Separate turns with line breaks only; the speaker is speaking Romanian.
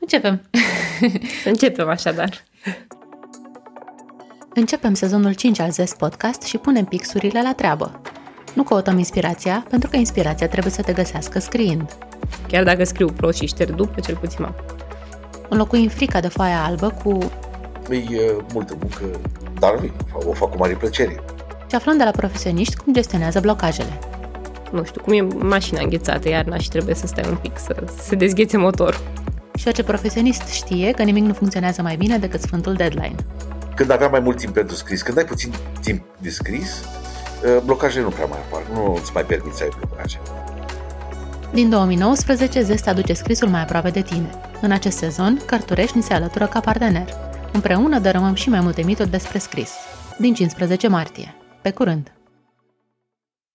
Începem.
Să începem așadar.
Începem sezonul 5 al Zest Podcast și punem pixurile la treabă. Nu căutăm inspirația, pentru că inspirația trebuie să te găsească scriind.
Chiar dacă scriu prost și șterg după, cel puțin m-am.
Înlocuim frica de foaia albă cu...
E uh, multă muncă, dar nu, o fac cu mare plăcere.
și aflăm de la profesioniști cum gestionează blocajele.
Nu știu, cum e mașina înghețată iarna și trebuie să stai un pic să se dezghețe motorul.
Și orice profesionist știe că nimic nu funcționează mai bine decât sfântul deadline.
Când aveam mai mult timp pentru scris, când ai puțin timp de scris, uh, blocajele nu prea mai apar, nu îți mai permiți să ai blocaje.
Din 2019, Zest aduce scrisul mai aproape de tine. În acest sezon, Cărturești ni se alătură ca partener. Împreună dărâmăm și mai multe mituri despre scris. Din 15 martie. Pe curând!